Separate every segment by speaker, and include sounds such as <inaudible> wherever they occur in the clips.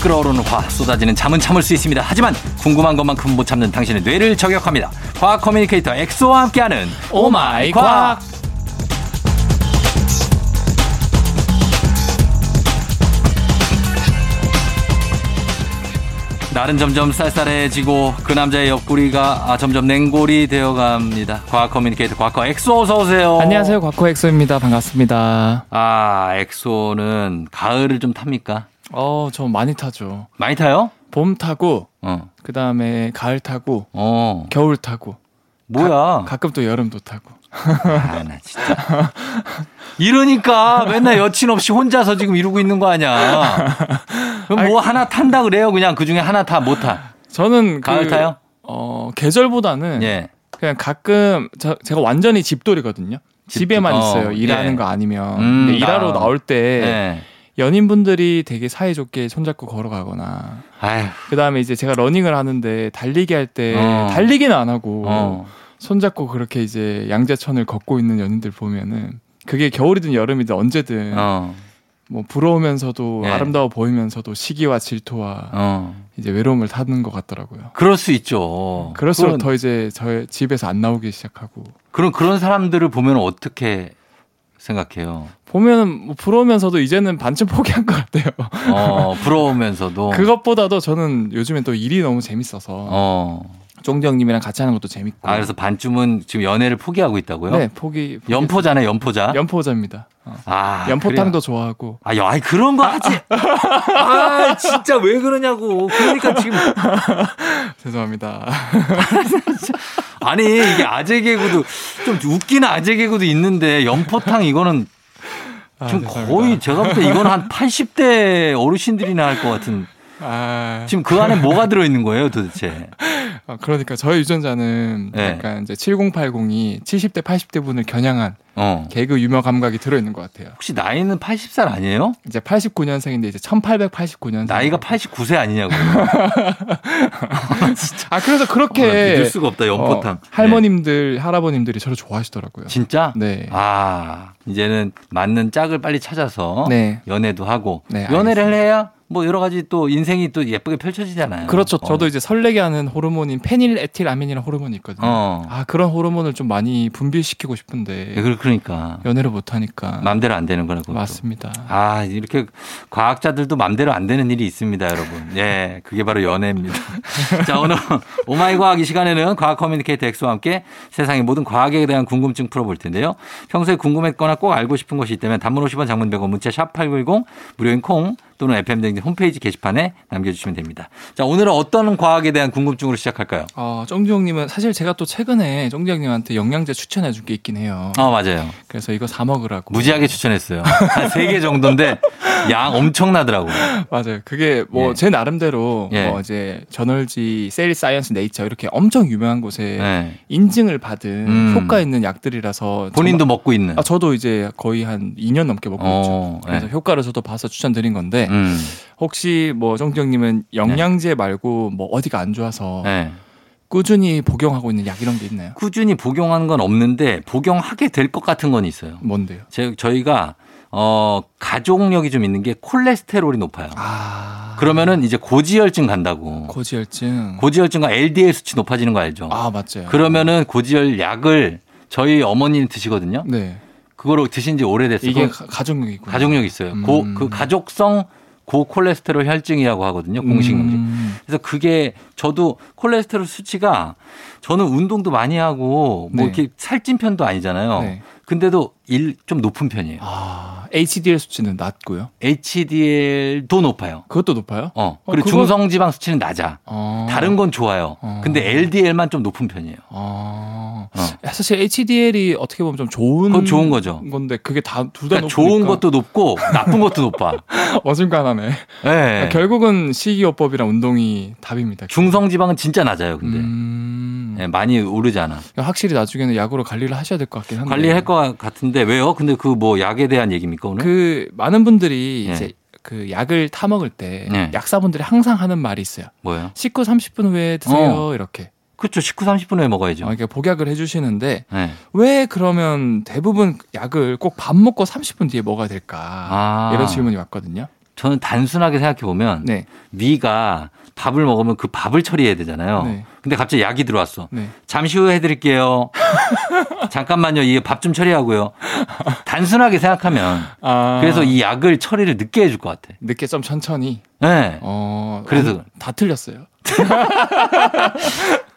Speaker 1: 끓어오르는 화 쏟아지는 잠은 참을 수 있습니다. 하지만 궁금한 것만큼 못 참는 당신의 뇌를 저격합니다. 과학 커뮤니케이터 엑소와 함께하는 오마이 과학. 날은 점점 쌀쌀해지고 그 남자의 옆구리가 아, 점점 냉골이 되어갑니다. 과학 커뮤니케이터 과거 엑소 어서 오세요.
Speaker 2: 안녕하세요, 과코 엑소입니다. 반갑습니다.
Speaker 1: 아 엑소는 가을을 좀 탑니까?
Speaker 2: 어, 저 많이 타죠.
Speaker 1: 많이 타요?
Speaker 2: 봄 타고,
Speaker 1: 어.
Speaker 2: 그 다음에 가을 타고,
Speaker 1: 어.
Speaker 2: 겨울 타고,
Speaker 1: 뭐야?
Speaker 2: 가끔 또 여름도 타고.
Speaker 1: 아, 나 진짜. 이러니까 맨날 여친 없이 혼자서 지금 이러고 있는 거 아니야. 그럼 뭐 하나 탄다 그래요. 그냥 그 중에 하나 타, 못 타.
Speaker 2: 저는 그,
Speaker 1: 가을 타요?
Speaker 2: 어, 계절보다는
Speaker 1: 예.
Speaker 2: 그냥 가끔 저, 제가 완전히 집돌이거든요. 집에만
Speaker 1: 어,
Speaker 2: 있어요. 일하는
Speaker 1: 예.
Speaker 2: 거 아니면.
Speaker 1: 음,
Speaker 2: 근데 일하러
Speaker 1: 아.
Speaker 2: 나올
Speaker 1: 예.
Speaker 2: 때 연인분들이 되게 사이좋게 손잡고 걸어가거나
Speaker 1: 아휴.
Speaker 2: 그 다음에 이제 제가 러닝을 하는데 달리기 할 때
Speaker 1: 어.
Speaker 2: 달리기는 안 하고
Speaker 1: 어.
Speaker 2: 손잡고 그렇게 이제 양자천을 걷고 있는 연인들 보면은 그게 겨울이든 여름이든 언제든
Speaker 1: 어.
Speaker 2: 뭐 부러우면서도
Speaker 1: 예.
Speaker 2: 아름다워 보이면서도 시기와 질투와
Speaker 1: 어.
Speaker 2: 이제 외로움을 타는 것 같더라고요.
Speaker 1: 그럴 수 있죠.
Speaker 2: 그럴수록
Speaker 1: 그건-
Speaker 2: 더 이제 저의 집에서 안 나오기 시작하고
Speaker 1: 그런 그런 사람들을 보면 어떻게 생각해요?
Speaker 2: 보면은 뭐 부러우면서도 이제는 반쯤 <laughs> 포기한 것 같아요.
Speaker 1: 어, 부러우면서도
Speaker 2: 그것보다도 저는 요즘엔 또 일이 너무 재밌어서
Speaker 1: 어.
Speaker 2: 쫑디 형님이랑 같이 하는 것도 재밌고
Speaker 1: 아, 그래서 반쯤은 지금 연애를 포기하고 있다고요?
Speaker 2: 네 포기, 포기
Speaker 1: 연포자네, 연포자.
Speaker 2: 연포자입니다. 어.
Speaker 1: 아, 그래요.
Speaker 2: 연포탕도 좋아하고 <laughs>
Speaker 1: 아, 야, 아이, 그런 거 하지. 아, 진짜 왜 그러냐고. 그러니까 지금.
Speaker 2: 죄송합니다.
Speaker 1: 아니, 이게 아재 개그도, 좀 웃기는 아재 개그도 있는데, 연포탕 이거는
Speaker 2: 아,
Speaker 1: 지금
Speaker 2: 죄송합니다.
Speaker 1: 거의 제가 볼 때 이건 한 80대 어르신들이나 할 것 같은.
Speaker 2: 아,
Speaker 1: 지금 그 안에 뭐가 들어있는 거예요, 도대체?
Speaker 2: 아, 그러니까 저희 유전자는
Speaker 1: 네.
Speaker 2: 약간 이제 7080이 70대 80대 분을 겨냥한
Speaker 1: 어.
Speaker 2: 개그 유머 감각이 들어 있는 것 같아요.
Speaker 1: 혹시 나이는 80살 아니에요?
Speaker 2: 이제 89년생인데 이제 1889년
Speaker 1: 나이가 89세 아니냐고.
Speaker 2: <laughs> 아 그래서 그렇게
Speaker 1: 믿을 수가 없다, 연포탕.
Speaker 2: 어, 할머님들 할아버님들이 저를 좋아하시더라고요.
Speaker 1: 네. 진짜?
Speaker 2: 네.
Speaker 1: 아, 이제는 맞는 짝을 빨리 찾아서.
Speaker 2: 네.
Speaker 1: 연애도 하고
Speaker 2: 네,
Speaker 1: 연애를 해야 뭐 여러 가지 또 인생이 또 예쁘게 펼쳐지잖아요.
Speaker 2: 그렇죠.
Speaker 1: 어.
Speaker 2: 저도 이제 설레게 하는 호르몬인 페닐에틸아민이라는 호르몬이 있거든요.
Speaker 1: 어.
Speaker 2: 아 그런 호르몬을 좀 많이 분비시키고 싶은데
Speaker 1: 예, 그- 그러니까
Speaker 2: 연애를 못 하니까
Speaker 1: 맘대로 안 되는 거라고.
Speaker 2: 아. 맞습니다.
Speaker 1: 아, 이렇게 과학자들도 맘대로 안 되는 일이 있습니다, 여러분. 예, 그게 바로 연애입니다. <laughs> 자, 오늘 오마이 과학 이 시간에는 과학 커뮤니케이터 엑소와 함께 세상의 모든 과학에 대한 궁금증 풀어볼 텐데요. 평소에 궁금했거나 꼭 알고 싶은 것이 있다면 단문 50원 장문 100원 문자 샵8910 무료인 콩 또는 FM등 홈페이지 게시판에 남겨주시면 됩니다. 자, 오늘은 어떤 과학에 대한 궁금증으로 시작할까요?
Speaker 2: 어, 정지 형님은 사실 제가 또 최근에 정지 형님한테 영양제 추천해 준 게 있긴 해요.
Speaker 1: 아, 맞아요.
Speaker 2: 그래서 이거 사 먹으라고.
Speaker 1: 무지하게 추천했어요. 한 3개 정도인데 양 엄청나더라고요.
Speaker 2: <laughs> 맞아요. 그게 뭐
Speaker 1: 예.
Speaker 2: 제 나름대로
Speaker 1: 예.
Speaker 2: 뭐 이제 저널지, 셀 사이언스, 네이처 이렇게 엄청 유명한 곳에
Speaker 1: 예.
Speaker 2: 인증을 받은
Speaker 1: 음.
Speaker 2: 효과 있는 약들이라서
Speaker 1: 본인도
Speaker 2: 정말-
Speaker 1: 먹고 있는.
Speaker 2: 아, 저도 이제 거의 한 2년 넘게 먹고 있죠.
Speaker 1: 어,
Speaker 2: 그래서
Speaker 1: 예.
Speaker 2: 효과를 저도 봐서 추천드린 건데
Speaker 1: 음,
Speaker 2: 혹시 뭐 정지 형님은 영양제 말고 뭐 어디가 안 좋아서
Speaker 1: 예.
Speaker 2: 꾸준히 복용하고 있는 약 이런 게 있나요?
Speaker 1: 꾸준히 복용하는 건 없는데 복용하게 될 것 같은 건 있어요.
Speaker 2: 뭔데요?
Speaker 1: 제, 저희가 어, 가족력이 좀 있는 게 콜레스테롤이 높아요.
Speaker 2: 아
Speaker 1: 그러면은 이제 고지혈증 간다고.
Speaker 2: 고지혈증.
Speaker 1: 고지혈증과 LDL 수치 높아지는 거 알죠?
Speaker 2: 아 맞죠.
Speaker 1: 그러면은 고지혈 약을 저희 어머니는 드시거든요.
Speaker 2: 네.
Speaker 1: 그거로 드신 지 오래됐어요.
Speaker 2: 이게
Speaker 1: 그거
Speaker 2: 가- 가족력이구나.
Speaker 1: 가족력 있어요. 고,
Speaker 2: 음.
Speaker 1: 그 가족성 고콜레스테롤 혈증이라고 하거든요. 공식 명칭.
Speaker 2: 음.
Speaker 1: 그래서 그게 저도 콜레스테롤 수치가 저는 운동도 많이 하고 뭐
Speaker 2: 네.
Speaker 1: 이렇게 살찐 편도 아니잖아요.
Speaker 2: 네.
Speaker 1: 근데도 일 좀 높은 편이에요.
Speaker 2: 아 HDL 수치는 낮고요.
Speaker 1: HDL도 높아요.
Speaker 2: 그것도 높아요?
Speaker 1: 어.
Speaker 2: 어,
Speaker 1: 그리고
Speaker 2: 그거-
Speaker 1: 중성지방 수치는 낮아.
Speaker 2: 어.
Speaker 1: 다른 건 좋아요.
Speaker 2: 어.
Speaker 1: 근데 LDL만 좀 높은 편이에요.
Speaker 2: 아.
Speaker 1: 어.
Speaker 2: 사실 HDL이 어떻게 보면 좀 좋은
Speaker 1: 그건 좋은 거죠.
Speaker 2: 건데 그게 다 둘 다
Speaker 1: 그러니까 좋은 것도 높고 나쁜 것도 높아.
Speaker 2: <laughs> 어중간하네. 그러니까
Speaker 1: 예.
Speaker 2: 아, 결국은 식이요법이랑 운동이 답입니다.
Speaker 1: 중성지방은 네. 진짜 낮아요. 근데
Speaker 2: 음. 그러니까
Speaker 1: 예, 많이 오르잖아.
Speaker 2: 확실히 나중에는 약으로 관리를 하셔야 될 것 같긴 한데.
Speaker 1: 관리할 것 같은데 왜요? 근데 그 뭐 약에 대한 얘기입니까 오늘?
Speaker 2: 그 많은 분들이
Speaker 1: 예.
Speaker 2: 이제 그 약을 타 먹을 때
Speaker 1: 예.
Speaker 2: 약사분들이 항상 하는 말이 있어요.
Speaker 1: 뭐예요?
Speaker 2: 식후 30분 후에 드세요. 이렇게.
Speaker 1: 그렇죠. 19, 30분 후에 먹어야죠.
Speaker 2: 어, 이렇게 복약을 해 주시는데
Speaker 1: 예.
Speaker 2: 왜 그러면 대부분 약을 꼭 밥 먹고 30분 뒤에 먹어야 될까?
Speaker 1: 아.
Speaker 2: 이런 질문이 왔거든요.
Speaker 1: 저는 단순하게 생각해 보면
Speaker 2: 네.
Speaker 1: 위가 밥을 먹으면 그 밥을 처리해야 되잖아요.
Speaker 2: 네.
Speaker 1: 근데 갑자기 약이 들어왔어.
Speaker 2: 네.
Speaker 1: 잠시 후에 해드릴게요. <laughs> 잠깐만요. 이 밥 좀 처리하고요. 단순하게 생각하면
Speaker 2: 아.
Speaker 1: 그래서 이 약을 처리를 늦게 해줄 것 같아.
Speaker 2: 늦게 좀 천천히.
Speaker 1: 네.
Speaker 2: 어.
Speaker 1: 그래서-
Speaker 2: 아, 다 틀렸어요.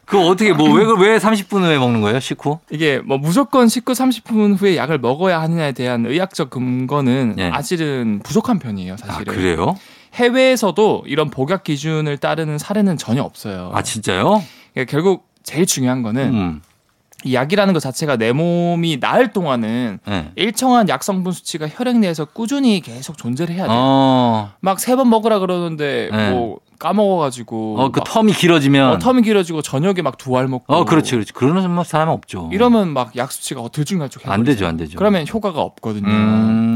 Speaker 1: 그거 어떻게 뭐 왜 왜 30분 후에 먹는 거예요? 식후?
Speaker 2: 이게 뭐 무조건 식후 30분 후에 약을 먹어야 하느냐에 대한 의학적 근거는
Speaker 1: 예.
Speaker 2: 아직은 부족한 편이에요,
Speaker 1: 아
Speaker 2: 사실은.
Speaker 1: 그래요?
Speaker 2: 해외에서도 이런 복약 기준을 따르는 사례는 전혀 없어요. 네.
Speaker 1: 아 진짜요?
Speaker 2: 그러니까 결국 제일 중요한 거는
Speaker 1: 음.
Speaker 2: 이 약이라는 것 자체가 내 몸이 나을 동안은
Speaker 1: 네.
Speaker 2: 일정한 약 성분 수치가 혈액 내에서 꾸준히 계속 존재를 해야 돼. 요
Speaker 1: 어.
Speaker 2: 막 세 번 먹으라 그러는데
Speaker 1: 네.
Speaker 2: 뭐 까먹어가지고
Speaker 1: 어, 그
Speaker 2: 막
Speaker 1: 텀이 길어지면.
Speaker 2: 어, 텀이 길어지고 저녁에 막 두 알 먹고.
Speaker 1: 어, 그렇지, 그렇지. 그러는 사람은 없죠.
Speaker 2: 이러면 막 약 수치가 들쭉날쭉
Speaker 1: 안 되죠, 안 되죠.
Speaker 2: 그러면 효과가 없거든요.
Speaker 1: 음.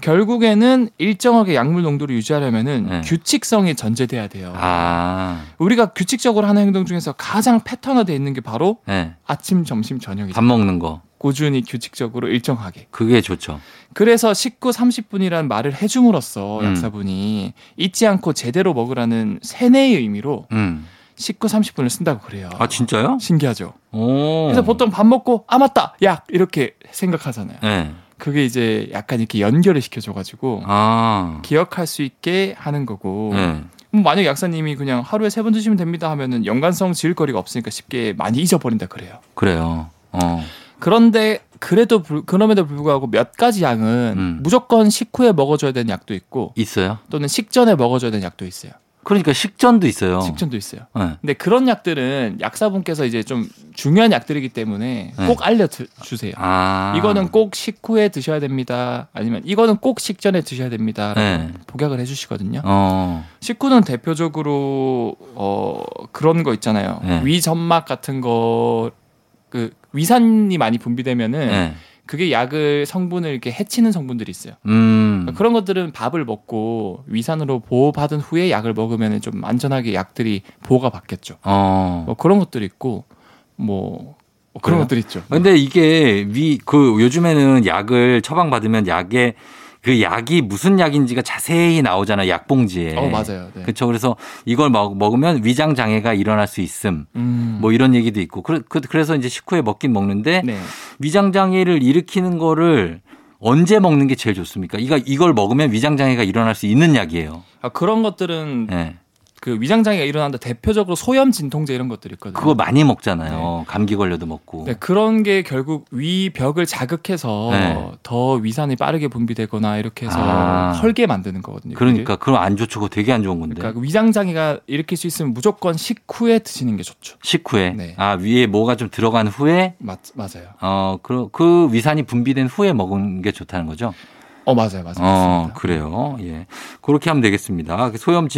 Speaker 2: 결국에는 일정하게 약물 농도를 유지하려면은
Speaker 1: 네.
Speaker 2: 규칙성이 전제돼야 돼요.
Speaker 1: 아,
Speaker 2: 우리가 규칙적으로 하는 행동 중에서 가장 패턴화돼 있는 게 바로
Speaker 1: 예.
Speaker 2: 아침, 점심, 저녁이죠.
Speaker 1: 밥 먹는 거.
Speaker 2: 꾸준히 규칙적으로 일정하게.
Speaker 1: 그게 좋죠.
Speaker 2: 그래서 식후 30분이란 말을 해줌으로써
Speaker 1: 음.
Speaker 2: 약사분이 잊지 않고 제대로 먹으라는 세뇌의 의미로
Speaker 1: 음.
Speaker 2: 식후 30분을 쓴다고 그래요.
Speaker 1: 아, 진짜요? 어.
Speaker 2: 신기하죠.
Speaker 1: 오.
Speaker 2: 그래서 보통 밥 먹고 아 맞다 약 이렇게 생각하잖아요.
Speaker 1: 예.
Speaker 2: 그게 이제 약간 이렇게 연결을 시켜줘가지고
Speaker 1: 아.
Speaker 2: 기억할 수 있게 하는 거고
Speaker 1: 예.
Speaker 2: 음, 만약 약사님이 그냥 하루에 세 번 드시면 됩니다 하면은 연관성 지을 거리가 없으니까 쉽게 많이 잊어버린다 그래요.
Speaker 1: 그래요. 어.
Speaker 2: 그런데 그래도 불- 그럼에도 불구하고 몇 가지 약은
Speaker 1: 음.
Speaker 2: 무조건 식후에 먹어줘야 되는 약도 있고
Speaker 1: 있어요?
Speaker 2: 또는 식전에 먹어줘야 되는 약도 있어요.
Speaker 1: 그러니까 식전도 있어요.
Speaker 2: 식전도 있어요.
Speaker 1: 예.
Speaker 2: 근데 그런 약들은 약사분께서 이제 좀 중요한 약들이기 때문에
Speaker 1: 네.
Speaker 2: 꼭 알려주세요.
Speaker 1: 아.
Speaker 2: 이거는 꼭 식후에 드셔야 됩니다. 아니면 이거는 꼭 식전에 드셔야 됩니다.
Speaker 1: 예.
Speaker 2: 복약을 해주시거든요.
Speaker 1: 어.
Speaker 2: 식후는 대표적으로 어 그런 거 있잖아요.
Speaker 1: 네.
Speaker 2: 위점막 같은 거. 그 위산이 많이 분비되면은
Speaker 1: 예.
Speaker 2: 그게 약을 성분을 이렇게 해치는 성분들이 있어요.
Speaker 1: 음.
Speaker 2: 그러니까 그런 것들은 밥을 먹고 위산으로 보호받은 후에 약을 먹으면 좀 안전하게 약들이 보호가 받겠죠.
Speaker 1: 어.
Speaker 2: 뭐 그런 것들 이 있고 뭐
Speaker 1: 그래요?
Speaker 2: 그런 것들 이 있죠.
Speaker 1: 근데 이게 위, 그 요즘에는 약을 처방받으면 약에 그 약이 무슨 약인지가 자세히 나오잖아. 약봉지에.
Speaker 2: 어 맞아요. 네.
Speaker 1: 그렇죠. 그래서 이걸 먹, 먹으면 위장 장애가 일어날 수 있음.
Speaker 2: 음.
Speaker 1: 뭐 이런 얘기도 있고. 그래, 그- 그래서 이제 식후에 먹긴 먹는데
Speaker 2: 네.
Speaker 1: 위장 장애를 일으키는 거를 언제 먹는 게 제일 좋습니까? 이거 이걸 먹으면 위장 장애가 일어날 수 있는 약이에요.
Speaker 2: 아, 그런 것들은
Speaker 1: 예.
Speaker 2: 그 위장 장애가 일어난다 대표적으로 소염 진통제 이런 것들이 있거든요.
Speaker 1: 그거 뭐. 많이 먹잖아요. 감기 걸려도 먹고.
Speaker 2: 네, 그런 게 결국 위 벽을 자극해서
Speaker 1: 네.
Speaker 2: 더 위산이 빠르게 분비되거나 이렇게 해서
Speaker 1: 아.
Speaker 2: 헐게 만드는 거거든요.
Speaker 1: 그러니까 그럼 안 좋죠. 그거 되게 안 좋은 건데.
Speaker 2: 그러니까 위장 장애가 일으킬 수 있으면 무조건 식후에 드시는 게 좋죠.
Speaker 1: 식후에
Speaker 2: 네.
Speaker 1: 아 위에 뭐가 좀 들어간 후에
Speaker 2: 맞 맞아요.
Speaker 1: 어, 그, 그 위산이 분비된 후에 먹은 게 좋다는 거죠?
Speaker 2: 어 맞아요, 맞아요.
Speaker 1: 어,
Speaker 2: 맞습니다.
Speaker 1: 그래요. 예. 그렇게 하면 되겠습니다. 소염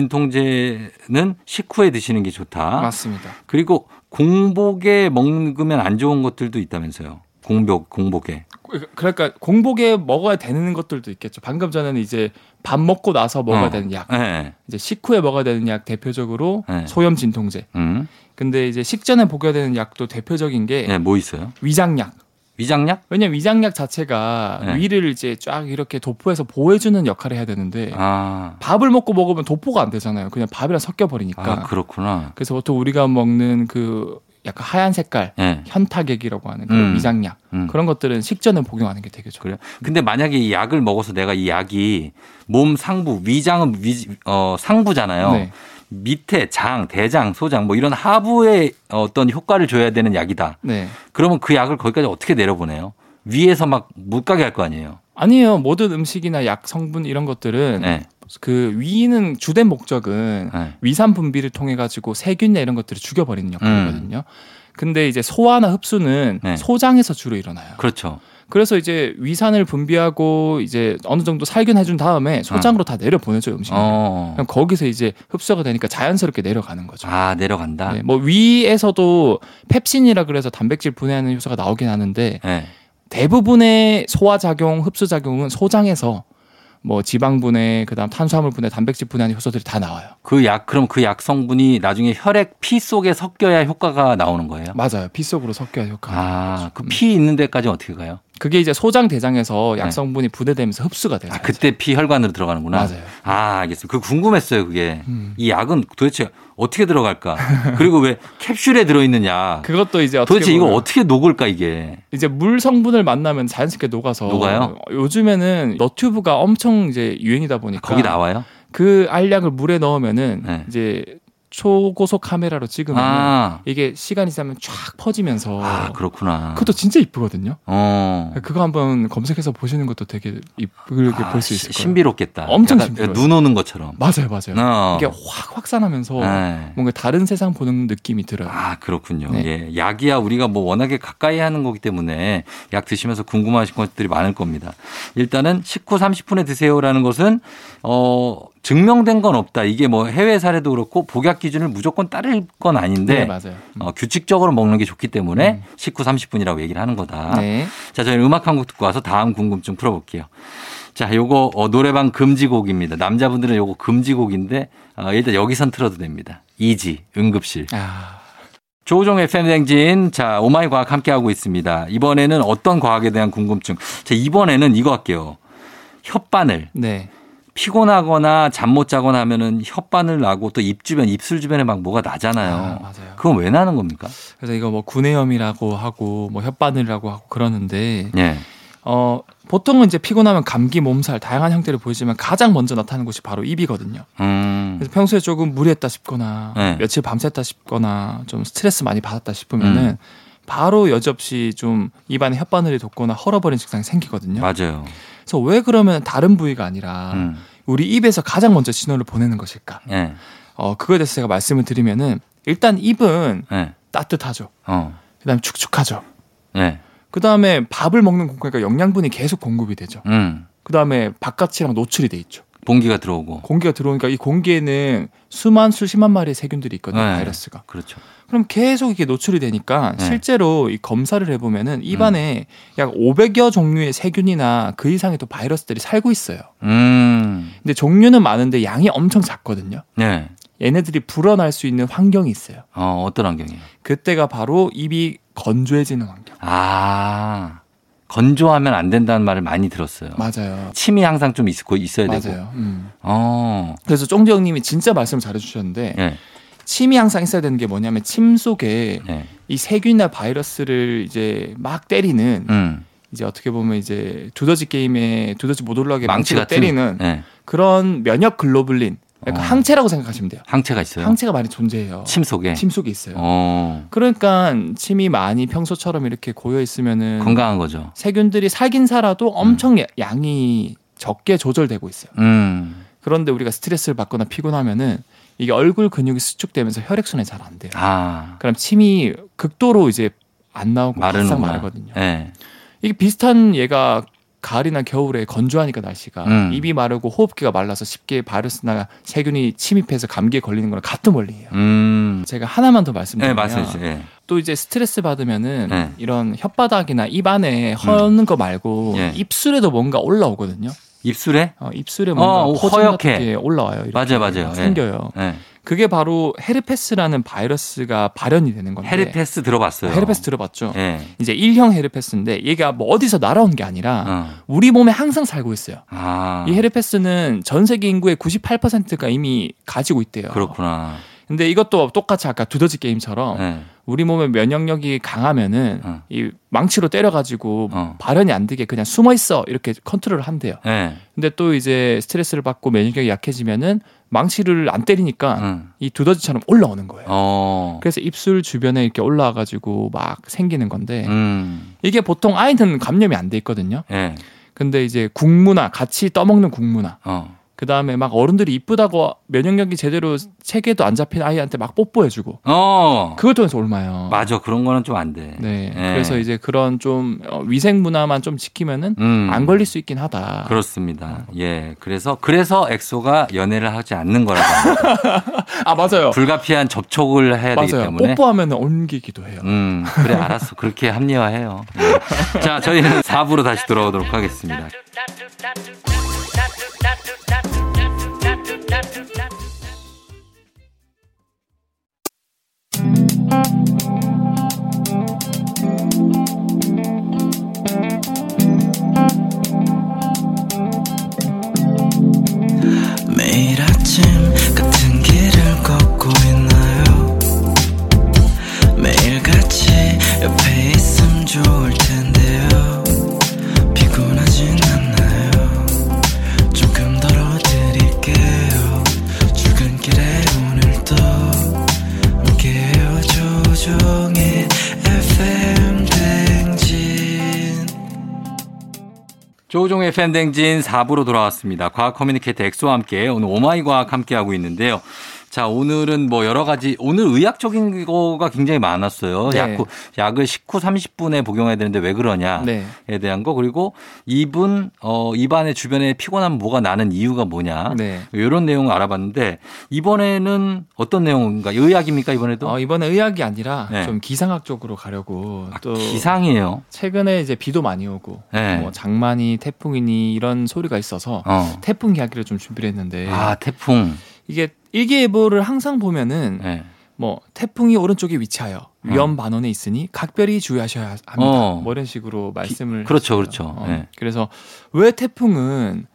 Speaker 1: 진통제는 식후에 드시는 게 좋다.
Speaker 2: 맞습니다.
Speaker 1: 그리고 공복에 먹으면 안 좋은 것들도 있다면서요. 공복, 공복에.
Speaker 2: 그- 그러니까 공복에 먹어야 되는 것들도 있겠죠. 방금 전에는 이제 밥 먹고 나서 먹어야
Speaker 1: 어.
Speaker 2: 되는 약,
Speaker 1: 예.
Speaker 2: 이제 식후에 먹어야 되는 약 대표적으로
Speaker 1: 네.
Speaker 2: 소염 진통제.
Speaker 1: 음.
Speaker 2: 근데 이제 식전에 먹어야 되는 약도 대표적인 게
Speaker 1: 예, 뭐 있어요?
Speaker 2: 위장약.
Speaker 1: 위장약?
Speaker 2: 왜냐면 위장약 자체가
Speaker 1: 네.
Speaker 2: 위를 이제 쫙 이렇게 도포해서 보호해주는 역할을 해야 되는데
Speaker 1: 아.
Speaker 2: 밥을 먹고 먹으면 도포가 안 되잖아요. 그냥 밥이랑 섞여버리니까.
Speaker 1: 아, 그렇구나.
Speaker 2: 그래서 보통 우리가 먹는 그 약간 하얀 색깔
Speaker 1: 예.
Speaker 2: 현타객이라고 하는 그런
Speaker 1: 음.
Speaker 2: 위장약
Speaker 1: 음.
Speaker 2: 그런 것들은 식전에 복용하는 게 되게 좋아요.
Speaker 1: 그래요? 근데 만약에 이 약을 먹어서 내가 이 약이 몸 상부, 위장은 위, 어, 상부잖아요.
Speaker 2: 네.
Speaker 1: 밑에 장, 대장, 소장 뭐 이런 하부에 어떤 효과를 줘야 되는 약이다.
Speaker 2: 네.
Speaker 1: 그러면 그 약을 거기까지 어떻게 내려보내요? 위에서 막 못 가게 할 거 아니에요.
Speaker 2: 아니에요. 모든 음식이나 약 성분 이런 것들은
Speaker 1: 네.
Speaker 2: 그 위는 주된 목적은
Speaker 1: 네.
Speaker 2: 위산 분비를 통해 가지고 세균이나 이런 것들을 죽여버리는 역할이거든요. 근데 이제 소화나 흡수는
Speaker 1: 음. 네.
Speaker 2: 소장에서 주로 일어나요.
Speaker 1: 그렇죠.
Speaker 2: 그래서 이제 위산을 분비하고 이제 어느 정도 살균해 준 다음에 소장으로 다 내려 보내줘요 음식. 을
Speaker 1: 어.
Speaker 2: 그럼 거기서 이제 흡수가 되니까 자연스럽게 내려가는 거죠.
Speaker 1: 아, 내려간다.
Speaker 2: 네,
Speaker 1: 네.
Speaker 2: 뭐 위에서도 펩신이라 그래서 단백질 분해하는 효소가 나오긴 하는데
Speaker 1: 예.
Speaker 2: 대부분의 소화 작용, 흡수 작용은 소장에서 뭐 지방 분해, 그다음 탄수화물 분해, 단백질 분해하는 효소들이 다 나와요.
Speaker 1: 그 약, 그럼 그 약 성분이 나중에 혈액 피 속에 섞여야 효과가 나오는 거예요?
Speaker 2: 맞아요. 피 속으로 섞여 효과.
Speaker 1: 아, 그 피 있는 데까지 어떻게 가요?
Speaker 2: 그게 이제 소장 대장에서 약성분이 부대되면서 흡수가 돼요.
Speaker 1: 네. 아, 그때 피 혈관으로 들어가는구나.
Speaker 2: 맞아요.
Speaker 1: 아, 알겠습니다. 그 궁금했어요, 그게. 이 약은 도대체 어떻게 들어갈까? 그리고 왜 캡슐에 들어있는 약?
Speaker 2: 아, 그것도 이제 어떻게
Speaker 1: 도대체 이거
Speaker 2: 보면
Speaker 1: 어떻게 녹을까, 이게?
Speaker 2: 이제 물 성분을 만나면 자연스럽게 녹아서
Speaker 1: 녹아요?
Speaker 2: 요즘에는 너튜브가 엄청 이제 유행이다 보니까
Speaker 1: 거기 나와요?
Speaker 2: 그 알약을 물에 넣으면은
Speaker 1: 네.
Speaker 2: 이제 초고속 카메라로 찍으면
Speaker 1: 아,
Speaker 2: 이게 시간이 지나면 쫙 퍼지면서
Speaker 1: 아, 그렇구나.
Speaker 2: 어. 그것도 진짜 이쁘거든요.
Speaker 1: 어.
Speaker 2: 그거 한번 검색해서 보시는 것도 되게 이쁘게
Speaker 1: 아,
Speaker 2: 볼 수
Speaker 1: 시-
Speaker 2: 있을 거예요.
Speaker 1: 신비롭겠다.
Speaker 2: 엄청
Speaker 1: 약간
Speaker 2: 신비로워요.
Speaker 1: 눈 오는 것처럼.
Speaker 2: 맞아요, 맞아요.
Speaker 1: 어.
Speaker 2: 이게 확 확산하면서
Speaker 1: 네.
Speaker 2: 뭔가 다른 세상 보는 느낌이 들어요.
Speaker 1: 아, 그렇군요.
Speaker 2: 네.
Speaker 1: 예. 약이야 우리가 뭐 워낙에 가까이 하는 거기 때문에 약 드시면서 궁금하신 것들이 많을 겁니다. 일단은 식후 30분에 드세요라는 것은 어, 증명된 건 없다. 이게 뭐 해외 사례도 그렇고 복약 기준을 무조건 따를 건 아닌데
Speaker 2: 맞아요. 음.
Speaker 1: 어, 규칙적으로 먹는 게 좋기 때문에 식후 30분이라고 얘기를 하는 거다.
Speaker 2: 네.
Speaker 1: 자, 저희 음악 한 곡 듣고 와서 다음 궁금증 풀어볼게요. 자, 요거 어, 노래방 금지곡입니다. 남자분들은 요거 금지곡인데 어, 일단 여기선 틀어도 됩니다. 이지 응급실.
Speaker 2: 아,
Speaker 1: 조종의 팬댕진. 자, 오마이 과학 함께하고 있습니다. 이번에는 어떤 과학에 대한 궁금증. 자, 이번에는 이거 할게요. 혓바늘.
Speaker 2: 네.
Speaker 1: 피곤하거나 잠 못 자거나 하면은 혓바늘 나고 또 입 주변, 입술 주변에 막 뭐가
Speaker 2: 아,
Speaker 1: 나잖아요.
Speaker 2: 맞아요.
Speaker 1: 그건 왜 나는 겁니까?
Speaker 2: 그래서 이거 뭐 구내염이라고 하고 뭐 혓바늘이라고 하고 그러는데
Speaker 1: 예.
Speaker 2: 어 보통은 이제 피곤하면 감기, 몸살 다양한 형태를 보이지만 가장 먼저 나타나는 곳이 바로 입이거든요.
Speaker 1: 음.
Speaker 2: 그래서 평소에 조금 무리했다 싶거나
Speaker 1: 네.
Speaker 2: 며칠 밤샜다 싶거나 좀 스트레스 많이 받았다
Speaker 1: 음.
Speaker 2: 싶으면은 바로 여지없이 좀 입안에 혓바늘이 돋거나 헐어버린 증상이 생기거든요.
Speaker 1: 맞아요.
Speaker 2: 그래서 왜 그러면 다른 부위가 아니라
Speaker 1: 음.
Speaker 2: 우리 입에서 가장 먼저 신호를 보내는 것일까?
Speaker 1: 예.
Speaker 2: 어 그거에 대해서 제가 말씀을 드리면은 일단 입은
Speaker 1: 예.
Speaker 2: 따뜻하죠.
Speaker 1: 어.
Speaker 2: 그다음에 축축하죠.
Speaker 1: 예.
Speaker 2: 그다음에 밥을 먹는 공간이니까 영양분이 계속 공급이 되죠.
Speaker 1: 음.
Speaker 2: 그다음에 바깥이랑 노출이 돼 있죠.
Speaker 1: 공기가 들어오고.
Speaker 2: 공기가 들어오니까 이 공기에는 수만 수십만 마리의 세균들이 있거든요.
Speaker 1: 네.
Speaker 2: 바이러스가.
Speaker 1: 그렇죠.
Speaker 2: 그럼 계속 이게 노출이 되니까
Speaker 1: 네. 음.
Speaker 2: 실제로 이 검사를 해 보면은 입안에 약 500여 종류의 세균이나 그 이상의 또 바이러스들이 살고 있어요.
Speaker 1: 음.
Speaker 2: 근데 종류는 많은데 양이 엄청 작거든요.
Speaker 1: 예.
Speaker 2: 얘네들이 불어날 수 있는 환경이 있어요.
Speaker 1: 어, 어떤 환경이에요?
Speaker 2: 그때가 바로 입이 건조해지는 환경.
Speaker 1: 아, 건조하면 안 된다는 말을 많이 들었어요. 네,
Speaker 2: 맞아요.
Speaker 1: 침이 항상 좀 있고 있어야 되고.
Speaker 2: 맞아요. 음.
Speaker 1: 어,
Speaker 2: 그래서 쫑지 형님이 진짜 말씀 잘해 주셨는데
Speaker 1: 예,
Speaker 2: 침이 항상 있어야 되는 게 뭐냐면 침 속에
Speaker 1: 예,
Speaker 2: 이 세균이나 바이러스를 이제 막 때리는
Speaker 1: 음,
Speaker 2: 이제 어떻게 보면 이제 두더지 게임에 두더지 못 올라가게
Speaker 1: 망치
Speaker 2: 망치가
Speaker 1: 같은?
Speaker 2: 때리는
Speaker 1: 예,
Speaker 2: 그런 면역 글로불린 약간
Speaker 1: 어.
Speaker 2: 항체라고 생각하시면 돼요.
Speaker 1: 항체가 있어요.
Speaker 2: 항체가 많이 존재해요.
Speaker 1: 침 속에.
Speaker 2: 침 속에 있어요.
Speaker 1: 어,
Speaker 2: 그러니까 침이 많이 평소처럼 이렇게 고여 있으면은
Speaker 1: 건강한 음. 거죠.
Speaker 2: 세균들이 살긴 살아도 엄청 야- 양이 적게 조절되고 있어요.
Speaker 1: 음,
Speaker 2: 그런데 우리가 스트레스를 받거나 피곤하면은 이게 얼굴 근육이 수축되면서 혈액 순환이 잘 안 돼요.
Speaker 1: 아,
Speaker 2: 그럼 침이 극도로 이제 안 나오고
Speaker 1: 마르는구나.
Speaker 2: 바싹 마르거든요.
Speaker 1: 예,
Speaker 2: 이게 비슷한 얘가 가을이나 겨울에 건조하니까 날씨가
Speaker 1: 음.
Speaker 2: 입이 마르고 호흡기가 말라서 쉽게 바이러스나 세균이 침입해서 감기에 걸리는 거랑 같은 원리예요.
Speaker 1: 음,
Speaker 2: 제가 하나만 더
Speaker 1: 예,
Speaker 2: 말씀드리면
Speaker 1: 말씀해 주세요. 예,
Speaker 2: 또 이제 스트레스 받으면은
Speaker 1: 네.
Speaker 2: 이런 혓바닥이나 입안에 허는 거 말고
Speaker 1: 예.
Speaker 2: 입술에도 뭔가 올라오거든요.
Speaker 1: 입술에?
Speaker 2: 어, 입술에 뭔가
Speaker 1: 어,
Speaker 2: 포진
Speaker 1: 허옇게.
Speaker 2: 같은 게 올라와요. 이렇게
Speaker 1: 맞아요, 맞아요.
Speaker 2: 생겨요.
Speaker 1: 예,
Speaker 2: 그게 바로 헤르페스라는 바이러스가 발현이 되는 건데
Speaker 1: 헤르페스 들어봤어요.
Speaker 2: 헤르페스 들어봤죠?
Speaker 1: 예,
Speaker 2: 이제 일형 헤르페스인데 얘가 뭐 어디서 날아온 게 아니라
Speaker 1: 어,
Speaker 2: 우리 몸에 항상 살고 있어요.
Speaker 1: 아,
Speaker 2: 이 헤르페스는 전 세계 인구의 98%가 이미 가지고 있대요.
Speaker 1: 그렇구나.
Speaker 2: 근데 이것도 똑같이 아까 두더지 게임처럼
Speaker 1: 예,
Speaker 2: 우리 몸의 면역력이 강하면은
Speaker 1: 어.
Speaker 2: 이 망치로 때려가지고
Speaker 1: 어.
Speaker 2: 발현이 안 되게 그냥 숨어 있어 이렇게 컨트롤을 한대요.
Speaker 1: 예,
Speaker 2: 근데 또 이제 스트레스를 받고 면역력이 약해지면은 망치를 안 때리니까
Speaker 1: 음,
Speaker 2: 이 두더지처럼 올라오는 거예요.
Speaker 1: 어,
Speaker 2: 그래서 입술 주변에 이렇게 올라와가지고 막 생기는 건데
Speaker 1: 음,
Speaker 2: 이게 보통 아이는 감염이 안 돼 있거든요.
Speaker 1: 예,
Speaker 2: 근데 이제 국무나 같이 떠먹는 국무나
Speaker 1: 어,
Speaker 2: 그 다음에 막 어른들이 이쁘다고 면역력이 제대로 체계도 안 잡힌 아이한테 막 뽀뽀해주고
Speaker 1: 어,
Speaker 2: 그걸 통해서 얼마요.
Speaker 1: 맞아 그런 거는 좀 안 돼.
Speaker 2: 네.
Speaker 1: 예.
Speaker 2: 그래서 이제 그런 좀 어, 위생 문화만 좀 지키면은
Speaker 1: 음.
Speaker 2: 안 걸릴 수 있긴 하다. 아,
Speaker 1: 그렇습니다. 예. 그래서 그래서 엑소가 연애를 하지 않는 거라고 합니다.
Speaker 2: 아 맞아요.
Speaker 1: 불가피한 접촉을 해야 되기
Speaker 2: 맞아요.
Speaker 1: 때문에
Speaker 2: 뽀뽀하면 옮기기도 해요.
Speaker 1: 음, 그래 알았어. 그렇게 합리화해요.
Speaker 2: <laughs>
Speaker 1: 예. 자, 저희는 4부로 다시 돌아오도록 하겠습니다.
Speaker 3: 아침 같은 길을 걷고 있나요 매일같이 옆에 있음 좋을 텐데요 피곤하진 않나요 조금 덜어드릴게요 출근길에 오늘도 함께해요 조종의 FM 댕진
Speaker 1: 조종의 팬댕진 4부로 돌아왔습니다. 과학 커뮤니케이터 엑소와 함께 오늘 오마이 과학 함께하고 있는데요. 자, 오늘은 뭐 여러 가지, 오늘 의학적인 거가 굉장히 많았어요.
Speaker 2: 네.
Speaker 1: 약, 약을 식후 30분에 복용해야 되는데 왜 그러냐에
Speaker 2: 네.
Speaker 1: 대한 거. 그리고 이분, 어, 입안의 주변에 피곤한 뭐가 나는 이유가 뭐냐.
Speaker 2: 네.
Speaker 1: 이런 내용을 알아봤는데 이번에는 어떤 내용인가? 의학입니까 이번에도?
Speaker 2: 어, 이번에 의학이 아니라
Speaker 1: 네.
Speaker 2: 좀 기상학 쪽으로 가려고
Speaker 1: 아,
Speaker 2: 또
Speaker 1: 기상이에요.
Speaker 2: 최근에 이제 비도 많이 오고
Speaker 1: 네.
Speaker 2: 뭐 장마니 태풍이니 이런 소리가 있어서
Speaker 1: 어.
Speaker 2: 태풍 이야기를 좀 준비를 했는데
Speaker 1: 아 태풍.
Speaker 2: 이게 일기예보를 항상 보면은
Speaker 1: 네.
Speaker 2: 뭐 태풍이 오른쪽에 위치하여 위험 반원에 있으니 각별히 주의하셔야 합니다.
Speaker 1: 음. 어.
Speaker 2: 뭐 이런 식으로 말씀을
Speaker 1: 그렇죠,
Speaker 2: 하셨어요.
Speaker 1: 그렇죠. 네.
Speaker 2: 그래서 왜 태풍은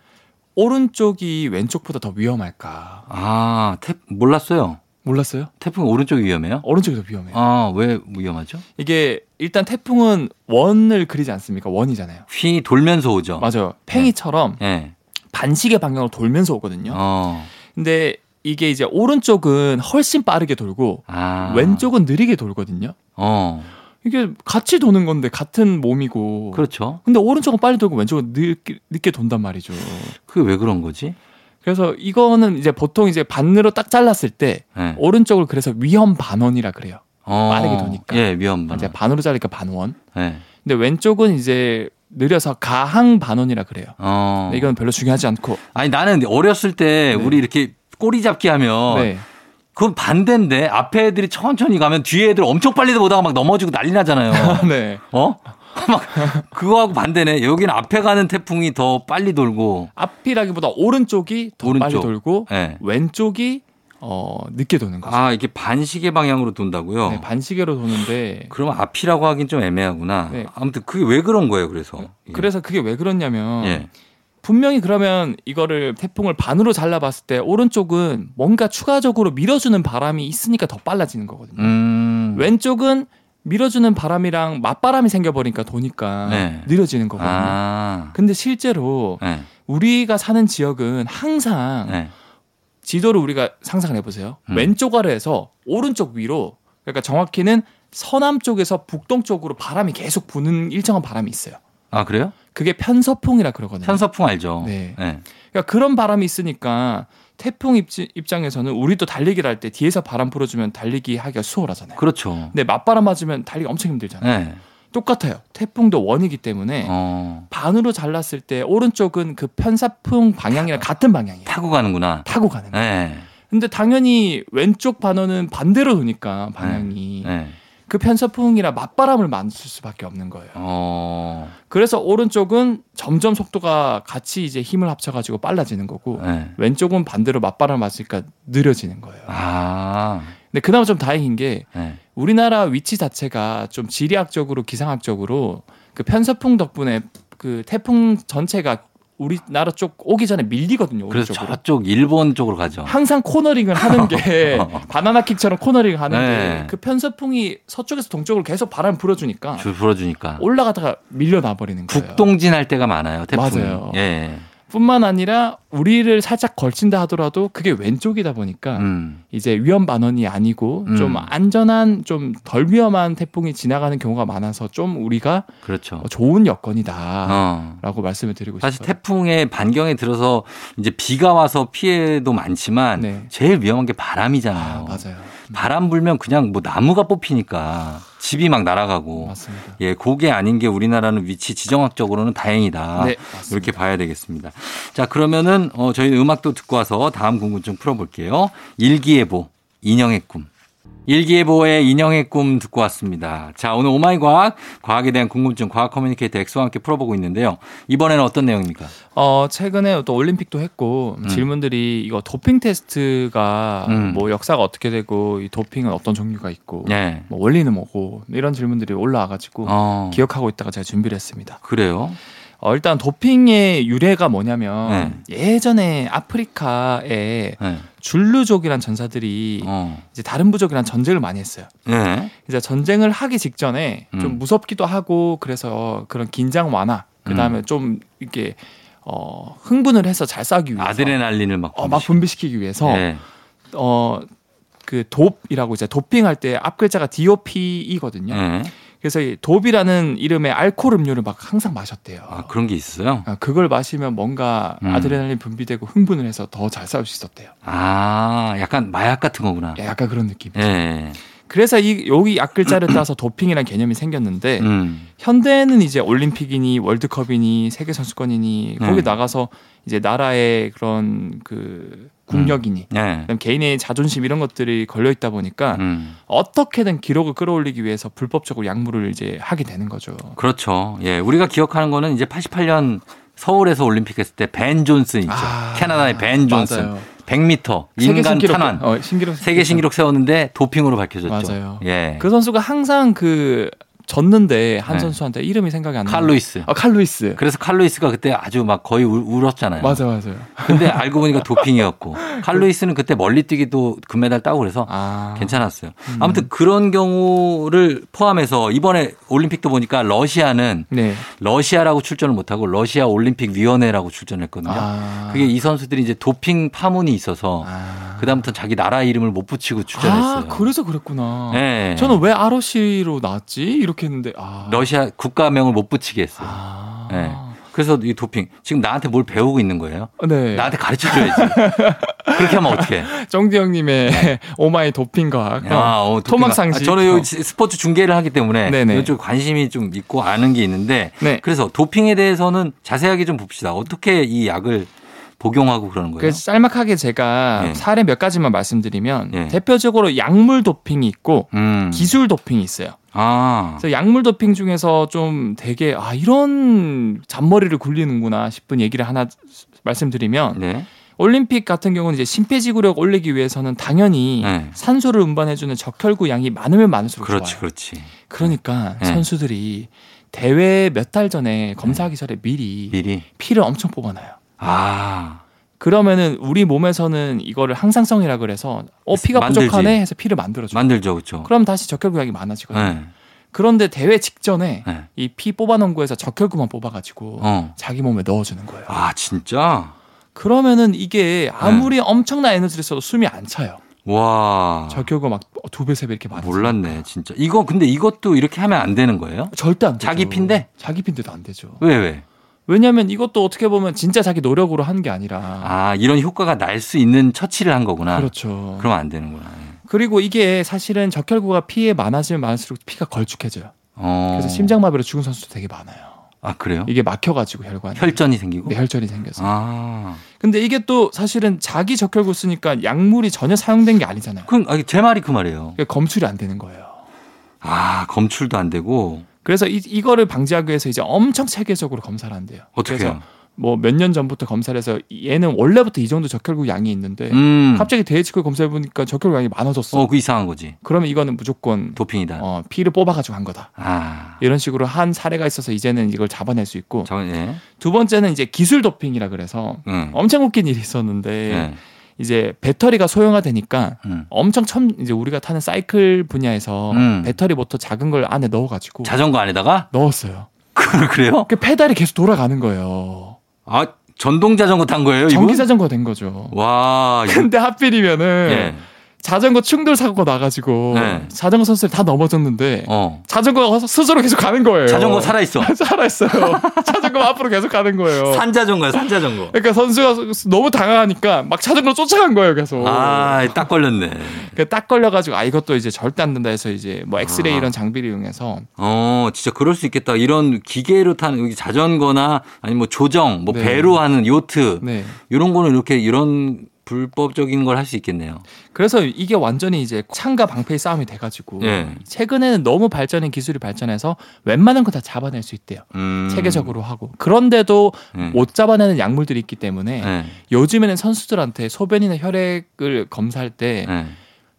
Speaker 2: 오른쪽이 왼쪽보다 더 위험할까?
Speaker 1: 아 태, 몰랐어요.
Speaker 2: 몰랐어요?
Speaker 1: 태풍 오른쪽 위험해요?
Speaker 2: 오른쪽이 더 위험해요.
Speaker 1: 아 왜 위험하죠?
Speaker 2: 이게 일단 태풍은 원을 그리지 않습니까? 원이잖아요.
Speaker 1: 휘 돌면서 오죠.
Speaker 2: 맞아요. 팽이처럼
Speaker 1: 예.
Speaker 2: 반시계 방향으로 돌면서 오거든요.
Speaker 1: 어.
Speaker 2: 근데 이게 이제 오른쪽은 훨씬 빠르게 돌고
Speaker 1: 아.
Speaker 2: 왼쪽은 느리게 돌거든요.
Speaker 1: 어.
Speaker 2: 이게 같이 도는 건데 같은 몸이고
Speaker 1: 그렇죠.
Speaker 2: 근데 오른쪽은 빨리 돌고 왼쪽은 늦게, 늦게 돈단 말이죠.
Speaker 1: 그게 왜 그런 거지?
Speaker 2: 그래서 이거는 이제 보통 이제 반으로 딱 잘랐을 때
Speaker 1: 예.
Speaker 2: 오른쪽을 그래서 위험 반원이라 그래요.
Speaker 1: 어.
Speaker 2: 빠르게 도니까.
Speaker 1: 예, 위험 반.
Speaker 2: 이제 반으로 자르니까 반원.
Speaker 1: 예.
Speaker 2: 근데 왼쪽은 이제 느려서 가항 반원이라 그래요.
Speaker 1: 어.
Speaker 2: 근데 이건 별로 중요하지 않고.
Speaker 1: 아니 나는 어렸을 때
Speaker 2: 네.
Speaker 1: 우리 이렇게 꼬리 잡기 하면
Speaker 2: 네.
Speaker 1: 그건 반대인데 앞에 애들이 천천히 가면 뒤에 애들 엄청 빨리 보다가 막 넘어지고 난리 <laughs> 나잖아요.
Speaker 2: <laughs> 네.
Speaker 1: 어? 막 그거하고 반대네. 여기는 앞에 가는 태풍이 더 빨리 돌고.
Speaker 2: 앞이라기보다 오른쪽이 더 빨리
Speaker 1: 오른쪽.
Speaker 2: 돌고
Speaker 1: 예.
Speaker 2: 왼쪽이 어 늦게 도는 거죠.
Speaker 1: 아, 이게 반시계 방향으로 돈다고요?
Speaker 2: 네, 반시계로 도는데
Speaker 1: 그러면 앞이라고 하긴 좀 애매하구나.
Speaker 2: 네.
Speaker 1: 아무튼 그게 왜 그런 거예요, 그래서.
Speaker 2: 그래서 그게 왜 그렇냐면
Speaker 1: 예.
Speaker 2: 분명히 그러면 이거를 태풍을 반으로 잘라봤을 때 오른쪽은 뭔가 추가적으로 밀어주는 바람이 있으니까 더 빨라지는 거거든요.
Speaker 1: 음.
Speaker 2: 왼쪽은 밀어주는 바람이랑 맞바람이 생겨버리니까 도니까
Speaker 1: 네.
Speaker 2: 느려지는 거거든요.
Speaker 1: 아.
Speaker 2: 근데 실제로
Speaker 1: 예.
Speaker 2: 우리가 사는 지역은 항상
Speaker 1: 예.
Speaker 2: 지도를 우리가 상상을 해보세요.
Speaker 1: 음.
Speaker 2: 왼쪽 아래에서 오른쪽 위로 그러니까 정확히는 서남 쪽에서 북동 쪽으로 바람이 계속 부는 일정한 바람이 있어요.
Speaker 1: 아, 그래요?
Speaker 2: 그게 편서풍이라 그러거든요.
Speaker 1: 편서풍 알죠?
Speaker 2: 네.
Speaker 1: 예.
Speaker 2: 그러니까 그런 바람이 있으니까 태풍 입지, 입장에서는 우리도 달리기를 할 때 뒤에서 바람 불어주면 달리기 하기가 수월하잖아요.
Speaker 1: 그렇죠.
Speaker 2: 근데 맞바람 맞으면 달리기 엄청 힘들잖아요.
Speaker 1: 예.
Speaker 2: 똑같아요. 태풍도 원이기 때문에
Speaker 1: 어.
Speaker 2: 반으로 잘랐을 때 오른쪽은 그 편사풍 방향이랑 같은 방향이에요.
Speaker 1: 타고 가는구나.
Speaker 2: 타고 가는 거.
Speaker 1: 예.
Speaker 2: 근데 당연히 왼쪽 반원은 반대로 도니까 방향이
Speaker 1: 예.
Speaker 2: 그 편서풍이랑 맞바람을 맞을 수밖에 없는 거예요.
Speaker 1: 어.
Speaker 2: 그래서 오른쪽은 점점 속도가 같이 이제 힘을 합쳐가지고 빨라지는 거고
Speaker 1: 예.
Speaker 2: 왼쪽은 반대로 맞바람 맞으니까 느려지는 거예요.
Speaker 1: 아.
Speaker 2: 근데 그나마 좀 다행인 게
Speaker 1: 예.
Speaker 2: 우리나라 위치 자체가 좀 지리학적으로 기상학적으로 그 편서풍 덕분에 그 태풍 전체가 우리나라 쪽 오기 전에 밀리거든요.
Speaker 1: 그래서
Speaker 2: 오른쪽으로.
Speaker 1: 저쪽 일본 쪽으로 가죠.
Speaker 2: 항상 코너링을
Speaker 1: <laughs>
Speaker 2: 하는 게 <laughs> 바나나 킥처럼 코너링을 하는
Speaker 1: 네.
Speaker 2: 게 그 편서풍이 서쪽에서 동쪽으로 계속 바람 불어주니까
Speaker 1: 줄 풀어주니까.
Speaker 2: 올라가다가 밀려나 버리는 거예요.
Speaker 1: 북동진 할 때가 많아요. 태풍이.
Speaker 2: 맞아요.
Speaker 1: 예.
Speaker 2: 뿐만 아니라 우리를 살짝 걸친다 하더라도 그게 왼쪽이다 보니까
Speaker 1: 음.
Speaker 2: 이제 위험 반원이 아니고
Speaker 1: 음.
Speaker 2: 좀 안전한 좀 덜 위험한 태풍이 지나가는 경우가 많아서 좀 우리가
Speaker 1: 그렇죠.
Speaker 2: 어, 좋은 여건이다라고
Speaker 1: 어.
Speaker 2: 말씀을 드리고
Speaker 1: 사실
Speaker 2: 싶어요.
Speaker 1: 태풍의 반경에 들어서 이제 비가 와서 피해도 많지만
Speaker 2: 네.
Speaker 1: 제일 위험한 게 바람이잖아요.
Speaker 2: 아, 맞아요.
Speaker 1: 바람 불면 그냥 뭐 나무가 뽑히니까 집이 막 날아가고
Speaker 2: 맞습니다.
Speaker 1: 예, 그게 아닌 게 우리나라는 위치 지정학적으로는 다행이다.
Speaker 2: 네, 맞습니다.
Speaker 1: 이렇게 봐야 되겠습니다. 자, 그러면은 어, 저희 음악도 듣고 와서 다음 궁금증 풀어볼게요. 일기예보, 인형의 꿈. 일기예보의 인형의 꿈 듣고 왔습니다. 자, 오늘 오마이 과학, 과학에 대한 궁금증, 과학 커뮤니케이터 엑소와 함께 풀어보고 있는데요. 이번에는 어떤 내용입니까?
Speaker 2: 어, 최근에 또 올림픽도 했고 질문들이 이거 도핑 테스트가
Speaker 1: 음.
Speaker 2: 뭐 역사가 어떻게 되고 이 도핑은 어떤 종류가 있고
Speaker 1: 예.
Speaker 2: 뭐 원리는 뭐고 이런 질문들이 올라와가지고
Speaker 1: 어,
Speaker 2: 기억하고 있다가 제가 준비를 했습니다.
Speaker 1: 그래요?
Speaker 2: 어, 일단 도핑의 유래가 뭐냐면
Speaker 1: 네.
Speaker 2: 예전에 아프리카에
Speaker 1: 네.
Speaker 2: 줄루족이란 전사들이
Speaker 1: 어.
Speaker 2: 이제 다른 부족이랑 전쟁을 많이 했어요.
Speaker 1: 네.
Speaker 2: 이제 전쟁을 하기 직전에
Speaker 1: 음.
Speaker 2: 좀 무섭기도 하고 그래서 그런 긴장 완화 그다음에 좀 이렇게 어 흥분을 해서 잘 싸기 위해서
Speaker 1: 아드레날린을 막.
Speaker 2: 어, 막
Speaker 1: 분비시-
Speaker 2: 분비시키기 위해서
Speaker 1: 예.
Speaker 2: 어 그 돕이라고 이제 도핑할 때 앞글자가 DOP이거든요.
Speaker 1: 예.
Speaker 2: 그래서 이 돕이라는 이름의 알코올 음료를 막 항상 마셨대요.
Speaker 1: 아, 그런 게 있어요?
Speaker 2: 아, 그걸 마시면 뭔가
Speaker 1: 음.
Speaker 2: 아드레날린 분비되고 흥분을 해서 더 잘 싸울 수 있었대요.
Speaker 1: 아, 약간 마약 같은 거구나.
Speaker 2: 예, 약간 그런 느낌.
Speaker 1: 예. 예.
Speaker 2: 그래서 이 여기 약글자를 따서 도핑이라는 개념이 생겼는데
Speaker 1: 음.
Speaker 2: 현대에는 이제 올림픽이니 월드컵이니 세계 선수권이니
Speaker 1: 네.
Speaker 2: 거기 나가서 이제 나라의 그런 그 국력이니
Speaker 1: 예.
Speaker 2: 그다음 개인의 자존심 이런 것들이 걸려 있다 보니까
Speaker 1: 음.
Speaker 2: 어떻게든 기록을 끌어올리기 위해서 불법적으로 약물을 이제 하게 되는 거죠.
Speaker 1: 그렇죠. 예. 우리가 기억하는 거는 이제 88년 서울에서 올림픽 했을 때 벤 존슨 있죠.
Speaker 2: 아,
Speaker 1: 캐나다의 벤 존슨.
Speaker 2: 맞아요.
Speaker 1: 100m
Speaker 2: 세계
Speaker 1: 인간
Speaker 2: 신기록,
Speaker 1: 탄환.
Speaker 2: 어, 신기록
Speaker 1: 세계 신기록 세웠는데 도핑으로 밝혀졌죠.
Speaker 2: 맞아요.
Speaker 1: 예.
Speaker 2: 그 선수가 항상 그 졌는데 한
Speaker 1: 네.
Speaker 2: 선수한테 이름이 생각이 안 나.
Speaker 1: 칼루이스.
Speaker 2: 아 칼루이스.
Speaker 1: 그래서 칼루이스가 그때 아주 막 거의 울, 울었잖아요.
Speaker 2: 맞아 맞아요.
Speaker 1: 근데 알고
Speaker 2: <laughs>
Speaker 1: 보니까 도핑이었고 칼루이스는 그때 멀리뛰기도 금메달 따고 그래서
Speaker 2: 아
Speaker 1: 괜찮았어요. 아무튼 그런 경우를 포함해서 이번에 올림픽도 보니까 러시아는
Speaker 2: 네.
Speaker 1: 러시아라고 출전을 못하고 러시아 올림픽 위원회라고 출전했거든요.
Speaker 2: 아
Speaker 1: 그게 이 선수들이 이제 도핑 파문이 있어서
Speaker 2: 아.
Speaker 1: 그다음부터 자기 나라 이름을 못 붙이고
Speaker 2: 아
Speaker 1: 출전했어요.
Speaker 2: 그래서 그랬구나.
Speaker 1: 예.
Speaker 2: 저는 왜 ROC로 나왔지 이렇게 했는데 아.
Speaker 1: 러시아 국가명을 못 붙이게 했어요.
Speaker 2: 아.
Speaker 1: 예. 그래서 이 도핑 지금 나한테 뭘 배우고 있는 거예요?
Speaker 2: 네.
Speaker 1: 나한테 가르쳐
Speaker 2: <laughs>
Speaker 1: 줘야지. 그렇게 하면 어떻게?
Speaker 2: 정디 형님의
Speaker 1: 네.
Speaker 2: <laughs> 오마이 도핑과 어,
Speaker 1: 아,
Speaker 2: 토막상식.
Speaker 1: 어, 저는
Speaker 2: 어.
Speaker 1: 요 스포츠 중계를 하기 때문에
Speaker 2: 네네.
Speaker 1: 이쪽 관심이 좀 있고 아는 게 있는데
Speaker 2: 네.
Speaker 1: 그래서 도핑에 대해서는 자세하게 좀 봅시다. 어떻게 이 약을 복용하고 그러는 거예요?
Speaker 2: 그래서 짤막하게 제가
Speaker 1: 예.
Speaker 2: 사례 몇 가지만 말씀드리면
Speaker 1: 예.
Speaker 2: 대표적으로 약물 도핑이 있고
Speaker 1: 음.
Speaker 2: 기술 도핑이 있어요.
Speaker 1: 아.
Speaker 2: 그래서 약물 도핑 중에서 좀 되게 아 이런 잔머리를 굴리는구나 싶은 얘기를 하나 말씀드리면
Speaker 1: 네.
Speaker 2: 올림픽 같은 경우는 이제 심폐지구력 올리기 위해서는 당연히
Speaker 1: 네.
Speaker 2: 산소를 운반해주는 적혈구 양이 많으면 많을수록
Speaker 1: 그렇지,
Speaker 2: 좋아요.
Speaker 1: 그렇지.
Speaker 2: 그러니까
Speaker 1: 네.
Speaker 2: 선수들이 대회 몇 달 전에 검사하기 전에 미리
Speaker 1: 미리.
Speaker 2: 피를 엄청 뽑아놔요.
Speaker 1: 아.
Speaker 2: 그러면은 우리 몸에서는 이거를 항상성이라 그래서 어 피가
Speaker 1: 만들지.
Speaker 2: 부족하네 해서 피를 만들어줘요.
Speaker 1: 만들죠, 그렇죠.
Speaker 2: 그럼 다시 적혈구약이 많아지거든요.
Speaker 1: 네.
Speaker 2: 그런데 대회 직전에
Speaker 1: 네.
Speaker 2: 이 피 뽑아놓은 거에서 적혈구만 뽑아가지고
Speaker 1: 어.
Speaker 2: 자기 몸에 넣어주는 거예요.
Speaker 1: 아, 진짜?
Speaker 2: 그러면은 이게 아무리 엄청난 에너지를 써도 숨이 안 차요.
Speaker 1: 와.
Speaker 2: 적혈구 막 두 배 세 배 이렇게 많아.
Speaker 1: 아. 몰랐네, 진짜. 이거 근데 이것도 이렇게 하면 안 되는 거예요?
Speaker 2: 절대 안 되죠.
Speaker 1: 자기 피인데?
Speaker 2: 자기 핀데도 안 되죠.
Speaker 1: 왜 왜?
Speaker 2: 왜냐하면 이것도 어떻게 보면 진짜 자기 노력으로 한 게 아니라
Speaker 1: 아, 이런 효과가 날 수 있는 처치를 한 거구나.
Speaker 2: 그렇죠.
Speaker 1: 아. 그러면 안 되는구나. 예.
Speaker 2: 그리고 이게 사실은 적혈구가 피에 많아지면 많을수록 피가 걸쭉해져요.
Speaker 1: 어.
Speaker 2: 그래서 심장마비로 죽은 선수도 되게 많아요.
Speaker 1: 아, 그래요?
Speaker 2: 이게 막혀가지고 혈관에
Speaker 1: 혈전이 생기고?
Speaker 2: 네, 혈전이 생겨서.
Speaker 1: 아.
Speaker 2: 근데 이게 또 사실은 자기 적혈구 쓰니까 약물이 전혀 사용된 게 아니잖아요.
Speaker 1: 그럼 아니, 제 말이 그 말이에요.
Speaker 2: 그러니까 검출이 안 되는 거예요.
Speaker 1: 아, 검출도 안 되고
Speaker 2: 그래서 이, 이거를 방지하기 위해서 이제 엄청 체계적으로 검사를 한대요.
Speaker 1: 어떻게
Speaker 2: 그래서
Speaker 1: 해요?
Speaker 2: 뭐 몇 년 전부터 검사를 해서 얘는 원래부터 이 정도 적혈구 양이 있는데
Speaker 1: 음.
Speaker 2: 갑자기 대회 직후에 검사해 보니까 적혈구 양이 많아졌어.
Speaker 1: 어, 네. 그 이상한 거지.
Speaker 2: 그러면 이거는 무조건
Speaker 1: 도핑이다.
Speaker 2: 어, 피를 뽑아가지고 한 거다.
Speaker 1: 아.
Speaker 2: 이런 식으로 한 사례가 있어서 이제는 이걸 잡아낼 수 있고
Speaker 1: 저 예.
Speaker 2: 두 번째는 이제 기술 도핑이라 그래서
Speaker 1: 응.
Speaker 2: 엄청 웃긴 일이 있었는데
Speaker 1: 예.
Speaker 2: 이제 배터리가 소형화되니까
Speaker 1: 음.
Speaker 2: 엄청 첨 이제 우리가 타는 사이클 분야에서
Speaker 1: 음.
Speaker 2: 배터리 모터 작은 걸 안에 넣어가지고
Speaker 1: 자전거 안에다가 <laughs>
Speaker 2: 넣었어요.
Speaker 1: 그래요?
Speaker 2: 그 페달이 계속 돌아가는 거예요.
Speaker 1: 아, 전동 자전거 탄 거예요, 이거?
Speaker 2: 전기 자전거 된 거죠.
Speaker 1: 와, 어, 이거
Speaker 2: 근데 하필이면은
Speaker 1: 예.
Speaker 2: 자전거 충돌 사고가 나가지고
Speaker 1: 네.
Speaker 2: 자전거 선수들이 다 넘어졌는데
Speaker 1: 어.
Speaker 2: 자전거가 서- 스스로 계속 가는 거예요.
Speaker 1: 자전거 살아 있어. <laughs>
Speaker 2: <laughs> 살아있어요. 자전거 앞으로 계속 가는 거예요.
Speaker 1: 산 자전거야, 산 자전거.
Speaker 2: 그러니까 선수가 너무 당황하니까 막 자전거 쫓아간 거예요, 계속.
Speaker 1: 아, 딱 걸렸네.
Speaker 2: 그러니까 딱 걸려가지고 아 이것도 이제 절대 안 된다 해서 이제 뭐 엑스레이
Speaker 1: 아.
Speaker 2: 이런 장비를 이용해서
Speaker 1: 어, 진짜 그럴 수 있겠다. 이런 기계로 탄 여기 자전거나 아니면 뭐 조정, 뭐
Speaker 2: 네.
Speaker 1: 배로 하는 요트
Speaker 2: 네.
Speaker 1: 이런 거는 이렇게 이런 불법적인 걸 할 수 있겠네요.
Speaker 2: 그래서 이게 완전히 이제 창과 방패의 싸움이 돼가지고
Speaker 1: 예.
Speaker 2: 최근에는 너무 발전인 기술이 발전해서 웬만한 거 다 잡아낼 수 있대요.
Speaker 1: 음.
Speaker 2: 체계적으로 하고 그런데도
Speaker 1: 예.
Speaker 2: 못 잡아내는 약물들이 있기 때문에
Speaker 1: 예.
Speaker 2: 요즘에는 선수들한테 소변이나 혈액을 검사할 때
Speaker 1: 예.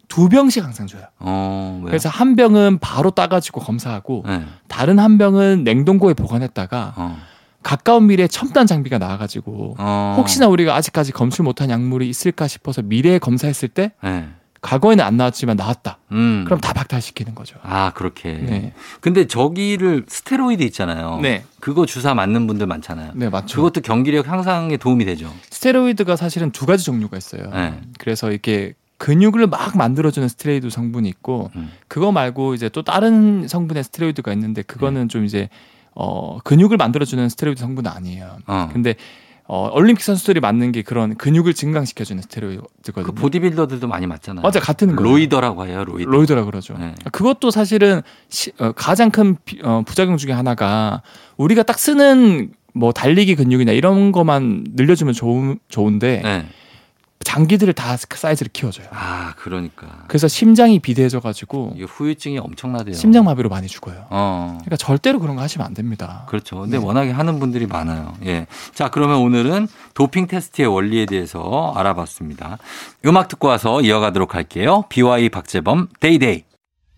Speaker 2: 두 병씩 항상 줘요.
Speaker 1: 어, 왜?
Speaker 2: 그래서 한 병은 바로 따가지고 검사하고
Speaker 1: 예.
Speaker 2: 다른 한 병은 냉동고에 보관했다가
Speaker 1: 어.
Speaker 2: 가까운 미래에 첨단 장비가 나와가지고
Speaker 1: 어.
Speaker 2: 혹시나 우리가 아직까지 검출 못한 약물이 있을까 싶어서 미래에 검사했을 때
Speaker 1: 네.
Speaker 2: 과거에는 안 나왔지만 나왔다.
Speaker 1: 음.
Speaker 2: 그럼 다 박탈시키는 거죠.
Speaker 1: 아 그렇게.
Speaker 2: 네.
Speaker 1: 근데 저기를 스테로이드 있잖아요.
Speaker 2: 네.
Speaker 1: 그거 주사 맞는 분들 많잖아요.
Speaker 2: 네, 맞죠.
Speaker 1: 어. 그것도 경기력 향상에 도움이 되죠.
Speaker 2: 스테로이드가 사실은 두 가지 종류가 있어요.
Speaker 1: 네.
Speaker 2: 그래서 이렇게 근육을 막 만들어주는 스테로이드 성분이 있고
Speaker 1: 음.
Speaker 2: 그거 말고 이제 또 다른 성분의 스테로이드가 있는데 그거는
Speaker 1: 예.
Speaker 2: 좀 이제 어 근육을 만들어주는 스테로이드 성분은 아니에요.
Speaker 1: 어.
Speaker 2: 근데 어 올림픽 선수들이 맞는 게 그런 근육을 증강시켜주는 스테로이드거든요.
Speaker 1: 그 보디빌더들도 많이 맞잖아요.
Speaker 2: 맞아 같은 거예요.
Speaker 1: 로이더라고 해요. 로이더.
Speaker 2: 로이드라 그러죠.
Speaker 1: 네.
Speaker 2: 그것도 사실은 시- 어, 가장 큰 비- 어, 부작용 중에 하나가 우리가 딱 쓰는 뭐 달리기 근육이나 이런 거만 늘려주면 좋은 좋은데
Speaker 1: 네.
Speaker 2: 장기들을 다 사이즈를 키워줘요.
Speaker 1: 아 그러니까
Speaker 2: 그래서 심장이 비대해져가지고
Speaker 1: 이게 후유증이 엄청나대요.
Speaker 2: 심장마비로 많이 예. 죽어요.
Speaker 1: 어.
Speaker 2: 그러니까 절대로 그런 거 하시면 안 됩니다.
Speaker 1: 그렇죠. 근데
Speaker 2: 네.
Speaker 1: 워낙에 하는 분들이 많아요. 예. 자, 그러면 오늘은 도핑 테스트의 원리에 대해서 알아봤습니다. 음악 듣고 와서 이어가도록 할게요. BY 박재범, 데이데이.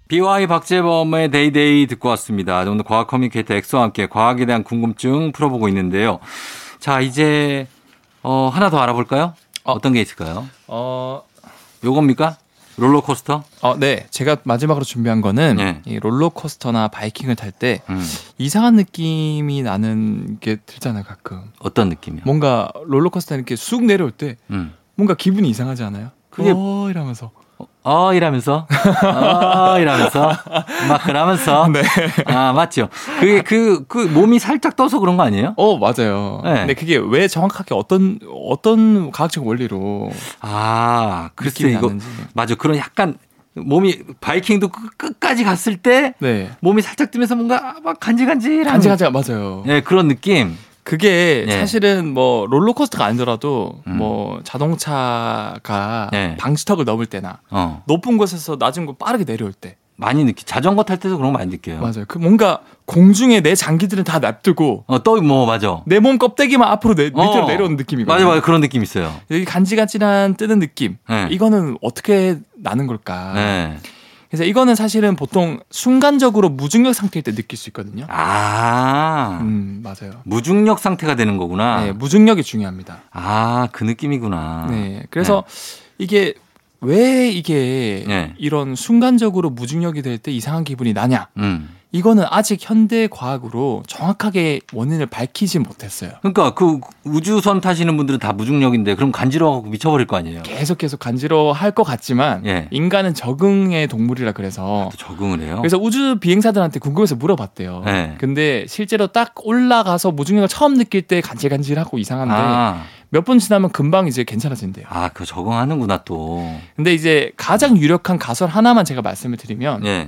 Speaker 1: BY 박재범의 데이데이 듣고 왔습니다. 오늘 과학 커뮤니케이터 엑소와 함께 과학에 대한 궁금증 풀어보고 있는데요. 자, 이제, 어, 하나 더 알아볼까요? 어떤 게 있을까요?
Speaker 2: 어,
Speaker 1: 요겁니까? 롤러코스터?
Speaker 2: 어, 네. 제가 마지막으로 준비한 거는
Speaker 1: 네.
Speaker 2: 이 롤러코스터나 바이킹을 탈 때
Speaker 1: 음,
Speaker 2: 이상한 느낌이 나는 게 들잖아요, 가끔.
Speaker 1: 어떤 느낌이요?
Speaker 2: 뭔가 롤러코스터 이렇게 쑥 내려올 때
Speaker 1: 음.
Speaker 2: 뭔가 기분이 이상하지 않아요?
Speaker 1: 그게-
Speaker 2: 어, 이러면서.
Speaker 1: 어 이라면서 어 이라면서 막 그러면서
Speaker 2: <laughs> 네.
Speaker 1: 아 맞죠 그게 그 그 몸이 살짝 떠서 그런 거 아니에요?
Speaker 2: 어, 맞아요.
Speaker 1: 네.
Speaker 2: 근데 그게 왜 정확하게 어떤 어떤 과학적 원리로
Speaker 1: 아 글쎄
Speaker 2: 느낌이
Speaker 1: 이거
Speaker 2: 나는지.
Speaker 1: 맞아 그런 약간 몸이 바이킹도 그 끝- 끝까지 갔을 때
Speaker 2: 네.
Speaker 1: 몸이 살짝 뜨면서 뭔가 아, 막 간질간질한
Speaker 2: 간지간지 맞아요.
Speaker 1: 예 그런 느낌
Speaker 2: 그게
Speaker 1: 예.
Speaker 2: 사실은 뭐 롤러코스터가 아니더라도
Speaker 1: 음.
Speaker 2: 뭐 자동차가
Speaker 1: 예.
Speaker 2: 방지턱을 넘을 때나
Speaker 1: 어
Speaker 2: 높은 곳에서 낮은 곳 빠르게 내려올 때
Speaker 1: 많이 느끼 자전거 탈 때도 그런 거 많이 느껴요
Speaker 2: 맞아요. 그 뭔가 공중에 내 장기들은 다 납두고
Speaker 1: 어또 뭐 맞아
Speaker 2: 내 몸 껍데기만 앞으로 내, 밑으로
Speaker 1: 어.
Speaker 2: 내려오는 느낌이거든요.
Speaker 1: 맞아 맞아 그런 느낌 있어요
Speaker 2: 여기 간지간지한 뜨는 느낌.
Speaker 1: 예.
Speaker 2: 이거는 어떻게 나는 걸까?
Speaker 1: 예.
Speaker 2: 그래서 이거는 사실은 보통 순간적으로 무중력 상태일 때 느낄 수 있거든요.
Speaker 1: 아
Speaker 2: 음, 맞아요.
Speaker 1: 무중력 상태가 되는 거구나
Speaker 2: 네, 무중력이 중요합니다.
Speaker 1: 아, 그 느낌이구나.
Speaker 2: 네. 그래서 이게 왜 이게
Speaker 1: 네.
Speaker 2: 이런 순간적으로 무중력이 될 때 이상한 기분이 나냐?
Speaker 1: 음.
Speaker 2: 이거는 아직 현대 과학으로 정확하게 원인을 밝히지 못했어요.
Speaker 1: 그러니까 그 우주선 타시는 분들은 다 무중력인데 그럼 간지러워갖고 미쳐버릴 거 아니에요.
Speaker 2: 계속 계속 간지러워할 것 같지만
Speaker 1: 예. 아,
Speaker 2: 인간은 적응의 동물이라 그래서
Speaker 1: 또 적응을 해요.
Speaker 2: 그래서 그 우주 비행사들한테 궁금해서 물어봤대요.
Speaker 1: 그렇죠. 네.
Speaker 2: 근데 실제로 딱 올라가서 무중력을 처음 느낄 때 간질간질하고 이상한데
Speaker 1: 아,
Speaker 2: 몇 분 지나면 금방 이제 괜찮아진대요.
Speaker 1: 아, 그 적응하는구나 또.
Speaker 2: 근데 이제 가장 유력한 가설 하나만 제가 말씀을 드리면
Speaker 1: 예.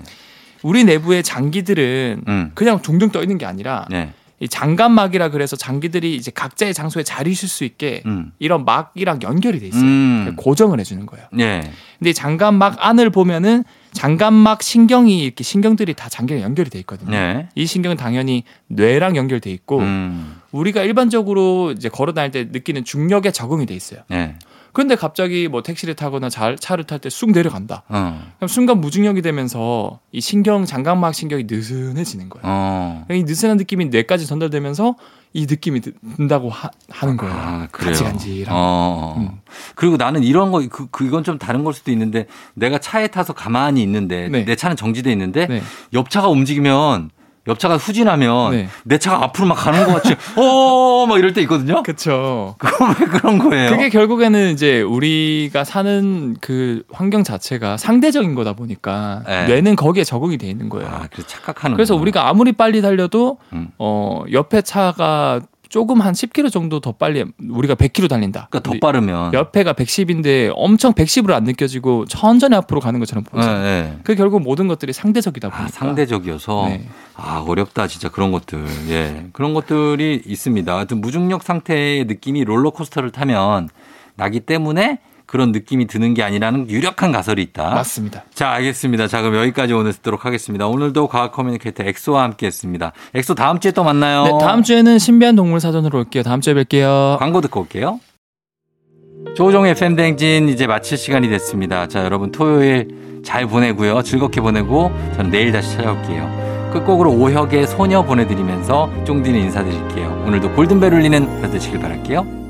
Speaker 2: 우리 내부의 장기들은
Speaker 1: 음.
Speaker 2: 그냥 종종 떠 있는 게 아니라
Speaker 1: 예.
Speaker 2: 이 장간막이라 그래서 장기들이 이제 각자의 장소에 자리 쉴 수 있게
Speaker 1: 음.
Speaker 2: 이런 막이랑 연결이 돼 있어요. 그
Speaker 1: 음.
Speaker 2: 고정을 해주는 거예요.
Speaker 1: 예.
Speaker 2: 근데 이 장간막 안을 보면은 장간막 신경이 이렇게 신경들이 다 장기랑 연결이 돼 있거든요.
Speaker 1: 예.
Speaker 2: 이 신경은 당연히 뇌랑 연결돼 있고
Speaker 1: 음.
Speaker 2: 우리가 일반적으로 이제 걸어 다닐 때 느끼는 중력에 적응이 돼 있어요.
Speaker 1: 예.
Speaker 2: 그런데 갑자기 뭐 택시를 타거나 자- 차를 탈 때 쑥 내려간다.
Speaker 1: 어.
Speaker 2: 그럼 순간 무중력이 되면서 이 신경 장간막 신경이 느슨해지는 거예요.
Speaker 1: 어.
Speaker 2: 이 느슨한 느낌이 뇌까지 전달되면서 이 느낌이 드- 든다고 하, 는 거예요.
Speaker 1: 아, 그래요.
Speaker 2: 간지간지랑.
Speaker 1: 어.
Speaker 2: 음.
Speaker 1: 그리고 나는 이런 거, 그, 그건 좀 다른 걸 수도 있는데 내가 차에 타서 가만히 있는데
Speaker 2: 네.
Speaker 1: 내 차는 정지돼 있는데
Speaker 2: 네.
Speaker 1: 옆 차가 움직이면 옆 차가 후진하면
Speaker 2: 네.
Speaker 1: 내 차가 앞으로 막 가는 것
Speaker 2: <laughs>
Speaker 1: 같이 어막 이럴 때 있거든요.
Speaker 2: 그렇죠.
Speaker 1: 어? 그거 왜 그런 거예요?
Speaker 2: 그게 결국에는 이제 우리가 사는 그 환경 자체가 상대적인 거다 보니까
Speaker 1: 네.
Speaker 2: 뇌는 거기에 적응이 돼 있는 거예요.
Speaker 1: 아, 그래서 착각하는
Speaker 2: 그래서
Speaker 1: 거구나.
Speaker 2: 우리가 아무리 빨리 달려도
Speaker 1: 음.
Speaker 2: 어 옆에 차가 조금 한 10km 정도 더 빨리 우리가 100km 달린다.
Speaker 1: 그러니까 더
Speaker 2: 근데
Speaker 1: 빠르면
Speaker 2: 옆에가 110인데 엄청 110으로 안 느껴지고 천천히 앞으로 가는 것처럼
Speaker 1: 예,
Speaker 2: 보여요.
Speaker 1: 예.
Speaker 2: 그 결국 모든 것들이 상대적이다 보니까
Speaker 1: 아, 상대적이어서
Speaker 2: 그러니까. 네.
Speaker 1: 아 어렵다 진짜 그런 것들 예 그런 것들이 있습니다. 하여튼 무중력 상태의 느낌이 롤러코스터를 타면 나기 때문에 그런 느낌이 드는 게 아니라는 유력한 가설이 있다.
Speaker 2: 맞습니다.
Speaker 1: 자, 알겠습니다. 자, 그럼 여기까지 오늘 듣도록 하겠습니다. 오늘도 과학 커뮤니케이터 엑소와 함께 했습니다. 엑소 다음 주에 또 만나요.
Speaker 2: 네, 다음 주에는 신비한 동물 사전으로 올게요. 다음 주에 뵐게요.
Speaker 1: 광고 듣고 올게요. 조종의 팬댕진 이제 마칠 시간이 됐습니다. 자, 여러분 토요일 잘 보내고요. 즐겁게 보내고 저는 내일 다시 찾아올게요. 끝곡으로 오혁의 소녀 보내드리면서 쫑디는 인사드릴게요. 오늘도 골든벨 울리는 하루 되시길 바랄게요.